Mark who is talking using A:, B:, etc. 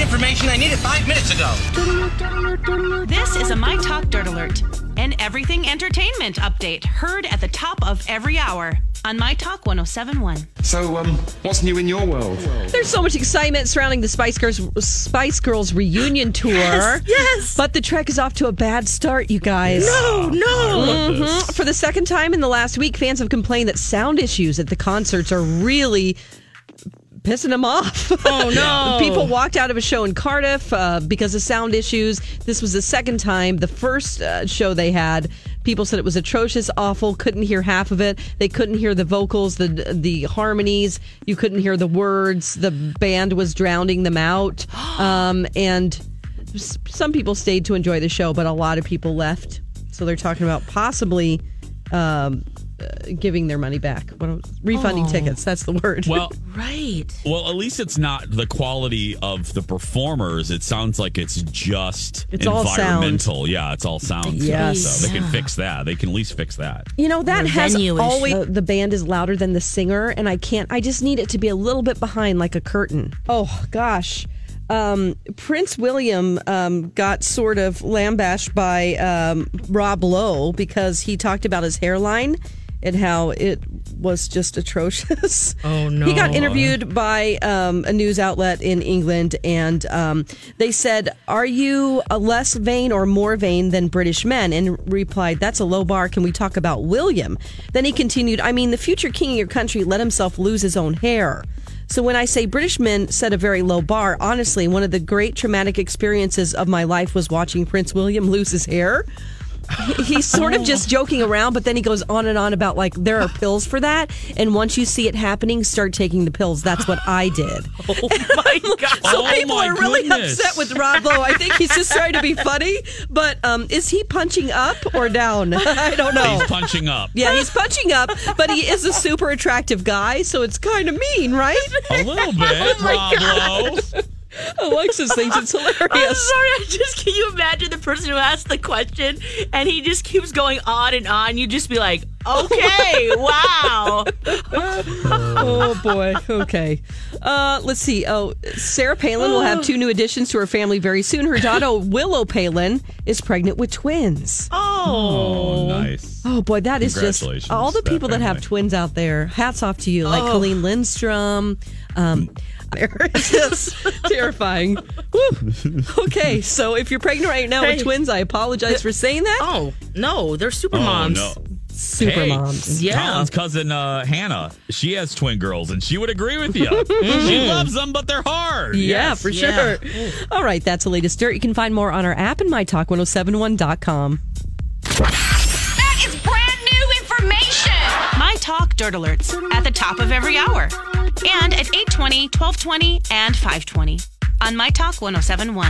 A: information I needed five minutes ago.
B: This is a My Talk Dirt Alert, an everything entertainment update heard at the top of every hour on My Talk 1071.
C: So, um, what's new in your world?
D: There's so much excitement surrounding the Spice Girls Spice Girls reunion tour.
E: Yes, yes.
D: But the trek is off to a bad start, you guys.
E: No, no.
D: Mhm. For the second time in the last week, fans have complained that sound issues at the concerts are really pissing them off.
E: Oh, no.
D: People walked out of a show in Cardiff uh, because of sound issues. This was the second time. The first uh, show they had, people said it was atrocious, awful. Couldn't hear half of it. They couldn't hear the vocals, the the harmonies. You couldn't hear the words. The band was drowning them out. Um, and s- some people stayed to enjoy the show, but a lot of people left. So they're talking about possibly. Um, uh, giving their money back, what,
E: Oh.
D: refunding tickets. That's the word.
F: Well,
E: Right.
F: well, at least it's not the quality of the performers. It sounds like it's just
D: It's all sound.
F: environmental. Yeah, it's all sound. stuff,
D: Yes.
F: so they can fix that. They can at least fix that.
D: You know that
E: Or
D: has
E: venue issue.
D: always the, the band is louder than the singer, and I can't. I just need it to be a little bit behind, like a curtain. Oh gosh, um, Prince William um, got sort of lambasted by um, Rob Lowe because he talked about his hairline and how it was just atrocious.
E: Oh, no.
D: He got interviewed by um, a news outlet in England, and um, they said, "Are you uh, less vain or more vain than British men?" And replied, "That's a low bar. Can we talk about William?" Then he continued, "I mean, the future king of your country let himself lose his own hair." So when I say British men set a very low bar, honestly, one of the great traumatic experiences of my life was watching Prince William lose his hair he's sort of just joking around, but then he goes on and on about like there are pills for that, and once you see it happening, start taking the pills. That's what I did.
E: Oh, my God.
D: So
F: Oh
D: people
F: my
D: are really
F: goodness.
D: upset with Rob Lowe. I think he's just trying to be funny, but um, is he punching up or down? I don't know.
F: He's punching up.
D: yeah, he's punching up, but he is a super attractive guy, so it's kind of mean, right?
F: A
D: Oh
F: little bit, Rob Lowe.
D: Alexis thinks it's
E: I'm
D: hilarious.
E: sorry. I just can you imagine the person who asked the question and he just keeps going on and on. You just be like, okay, wow.
D: oh boy. Okay. Uh, let's see. Oh, Sarah Palin will have two new additions to her family very soon. Her daughter Willow Palin is pregnant with twins.
F: Oh, nice.
D: Oh boy, that is just
F: Congratulations,
D: all the
F: that
D: people that have
F: family.
D: twins out there. Hats off to you, like
E: Oh.
D: Colleen Lindstrom. Um, it's just terrifying. Woo. Okay, so if you're pregnant right now
E: Hey.
D: with twins, I apologize for saying that.
E: Oh no, they're super
F: Oh,
E: moms.
F: no.
D: Super
F: Hey,
D: moms.
E: Yeah.
F: Colin's cousin uh, Hannah, she has twin girls, and she would agree with you. she loves them, but they're hard.
D: Yeah,
F: Yes.
D: for
E: Yeah.
D: sure. All right, that's the latest dirt. You can find more on our app and mytalk1071.com.
G: That is brand new information.
B: My Talk Dirt Alerts at the top of every hour and at 820, 1220, and 520 on My Talk 1071.